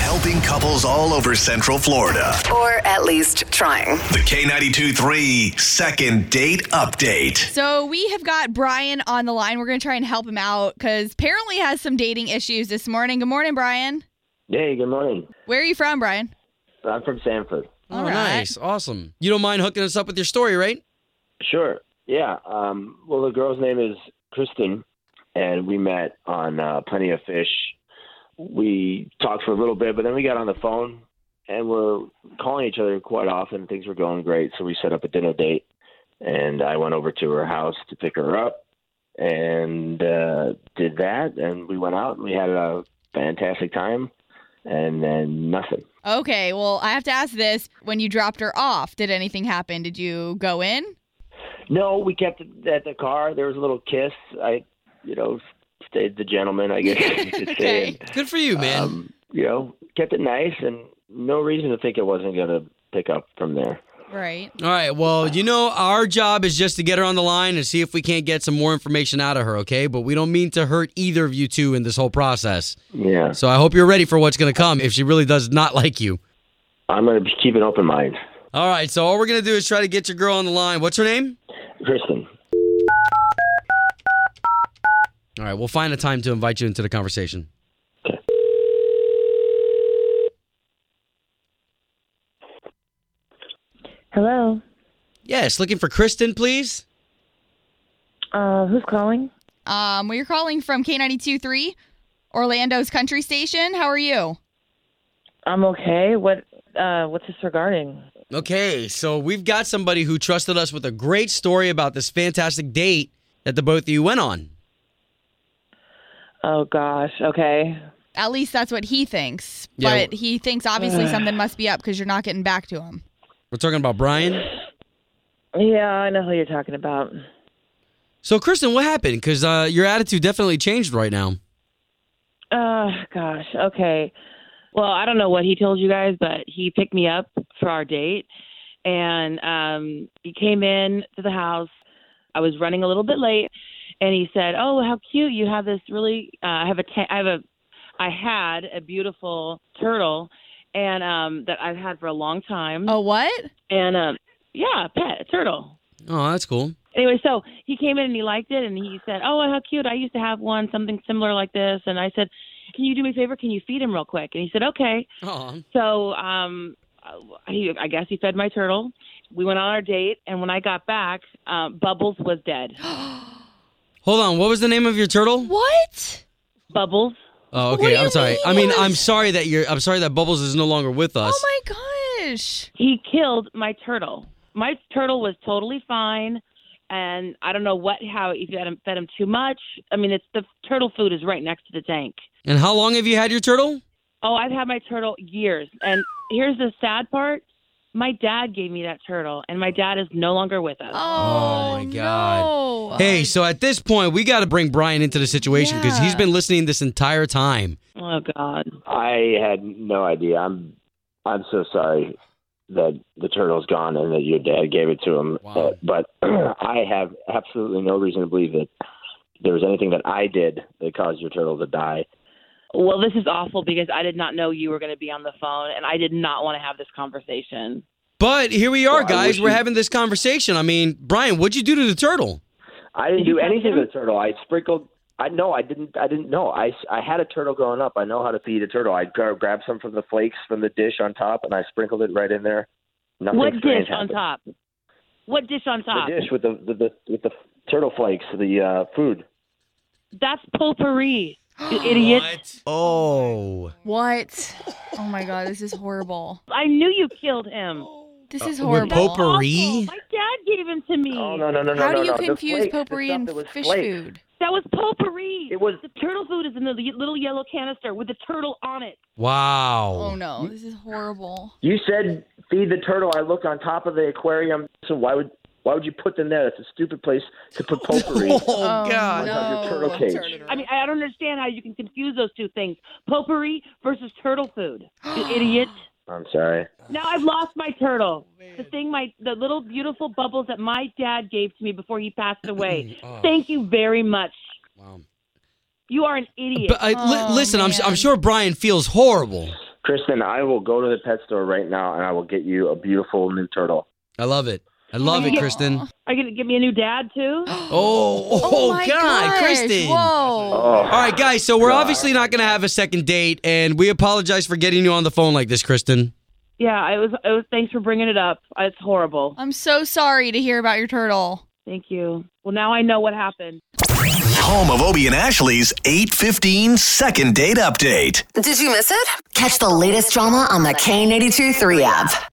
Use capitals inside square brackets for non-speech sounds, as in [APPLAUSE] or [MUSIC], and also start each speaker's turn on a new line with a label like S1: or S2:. S1: helping couples all over Central Florida.
S2: Or at least trying.
S1: The K92 3 Second Date Update.
S3: So we have got Brian on the line. We're going to try and help him out because apparently he has some dating issues this morning. Good morning, Brian.
S4: Hey, good morning.
S3: Where are you from, Brian?
S4: I'm from Sanford.
S3: All
S5: oh,
S3: right.
S5: nice. Awesome. You don't mind hooking us up with your story, right?
S4: Sure. Yeah. Um, well, the girl's name is Kristen, and we met on uh, Plenty of Fish. We talked for a little bit, but then we got on the phone and we're calling each other quite often. Things were going great, so we set up a dinner date, and I went over to her house to pick her up and uh, did that, and we went out and we had a fantastic time, and then nothing.
S3: Okay. Well, I have to ask this. When you dropped her off, did anything happen? Did you go in?
S4: No, we kept it at the car. There was a little kiss. I, you know, stayed the gentleman, I guess you could say.
S3: Okay.
S4: And,
S5: Good for you, man.
S4: Um, you know, kept it nice and no reason to think it wasn't going to pick up from there.
S3: Right.
S5: All right. Well, you know, our job is just to get her on the line and see if we can't get some more information out of her, okay? But we don't mean to hurt either of you two in this whole process.
S4: Yeah.
S5: So I hope you're ready for what's going to come if she really does not like you.
S4: I'm going to keep an open mind.
S5: All right. So all we're going to do is try to get your girl on the line. What's her name?
S4: Kristen.
S5: All right. We'll find a time to invite you into the conversation.
S6: Hello.
S5: Yes. Looking for Kristen, please.
S6: Uh, who's calling?
S3: Um, well, you're calling from K92 3, Orlando's Country Station. How are you?
S6: I'm okay. What? Uh, what's this regarding?
S5: Okay, so we've got somebody who trusted us with a great story about this fantastic date that the both of you went on.
S6: Oh gosh. Okay.
S3: At least that's what he thinks.
S5: Yeah. uh,
S3: But he thinks obviously something must be up because you're not getting back to him.
S5: We're talking about Brian.
S6: Yeah, I know who you're talking about.
S5: So, Kristen, what happened? Because uh, your attitude definitely changed right now.
S6: Uh, gosh. Okay. Well, I don't know what he told you guys, but he picked me up for our date, and um, he came in to the house. I was running a little bit late, and he said, "Oh, how cute! You have this really. Uh, I have a. ta- I have a. I had a beautiful turtle, and um, that I've had for a long time.
S3: Oh, what?
S6: and um, yeah, a pet a turtle.
S5: Oh, that's cool.
S6: anyway, so he came in and he liked it, and he said, "Oh, how cute! I used to have one, something similar like this." And I said, "Can you do me a favor? Can you feed him real quick?" And he said, "Okay."
S5: Oh,
S6: So, um, he, I guess he fed my turtle. We went on our date, and when I got back, um, Bubbles was dead.
S5: hold on. What was the name of your turtle?
S3: What?
S6: Bubbles.
S5: Oh,
S3: What do
S5: okay. I'm
S3: you
S5: sorry.
S3: mean?
S5: I mean, I'm sorry that you're. I'm sorry that Bubbles is no longer with us.
S3: Oh my gosh.
S6: He killed my turtle. My turtle was totally fine. And I don't know what, how, if you had him, fed him too much. I mean, it's the turtle food is right next to the tank.
S5: and how long have you had your turtle?
S6: Oh, I've had my turtle years. And here's the sad part. My dad gave me that turtle, and my dad is no longer with us.
S3: Oh,
S5: my God.
S3: no.
S5: Hey, so at this point, we got to bring Brian into the situation because he's
S3: Yeah.
S5: been listening this entire time.
S6: Oh, God.
S4: I had no idea. I'm I'm so sorry that the turtle's gone and that your dad gave it to him.
S5: Wow.
S4: Uh, but [CLEARS THROAT] I have absolutely no reason to believe that there was anything that I did that caused your turtle to die.
S6: Well, this is awful because I did not know you were going to be on the phone, and I did not want to have this conversation.
S5: But here we are,
S4: Well, I
S5: guys.
S4: wish
S5: We're
S4: you-
S5: having this conversation. I mean, Brian, what'd you do to the turtle?
S4: I didn't
S6: Did you
S4: do
S6: touch
S4: anything to
S6: him?
S4: the turtle. I sprinkled. I no, I didn't. I didn't know. I I had a turtle growing up. I know how to feed a turtle. I gra- grabbed some from the flakes from the dish on top, and I sprinkled it right in there. Nothing
S6: what
S4: strange
S6: dish on
S4: happened.
S6: top? What dish on top?
S4: The dish with the, the, the with the turtle flakes, the uh, food.
S6: That's potpourri, you [GASPS] idiot.
S5: Oh.
S3: What? Oh my God. This is horrible.
S6: I knew you killed him.
S3: This is
S5: Uh,
S3: horrible.
S5: with poker-
S6: Awful.
S5: Potpourri?
S6: My dad gave him to me.
S4: Oh no no no no
S3: How
S4: no!
S3: do you
S4: no. The
S3: confuse
S4: flakes, the
S3: potpourri
S4: stuff
S3: and
S4: that was
S3: fish
S4: flakes.
S3: food?
S6: That was potpourri.
S4: It was-
S6: the turtle food is in the little yellow canister with the turtle on it.
S5: Wow.
S3: Oh no, this is horrible.
S4: You said feed the turtle. I looked on top of the aquarium. So why would why would you put them there? That's a stupid place
S3: [LAUGHS]
S4: to put potpourri.
S3: Oh,
S5: God.
S4: Your
S3: No.
S4: turtle cage.
S6: I mean, I don't understand how you can confuse those two things: potpourri versus turtle food.
S5: [GASPS]
S6: You idiot!
S4: I'm sorry.
S6: Now I've lost my turtle.
S5: Oh,
S6: the thing, my the little beautiful bubbles that my dad gave to me before he passed away.
S5: [CLEARS THROAT] Oh.
S6: Thank you very much.
S5: Wow.
S6: You are an idiot.
S5: But I, li-
S3: Oh,
S5: listen, I'm, s- I'm
S3: man.
S5: sure Brian feels horrible.
S4: Kristen, I will go to the pet store right now and I will get you a beautiful new turtle.
S5: I love it. I love it, Kristen.
S6: Are you gonna give me a new dad
S5: [GASPS]
S6: too?
S5: Oh, oh,
S3: my
S5: God,
S3: gosh.
S5: Kristen.
S3: Whoa.
S4: Oh,
S5: All right, guys. So we're obviously not going to have a second date, and we apologize for getting you on the phone like this, Kristen.
S6: Yeah, it was. It was. Thanks for bringing it up. It's horrible.
S3: I'm so sorry to hear about your turtle.
S6: Thank you. Well, now I know what happened.
S1: Home of Obie and Ashley's 815 second date update.
S2: Did you miss it? Catch the latest drama on the K82 3 app.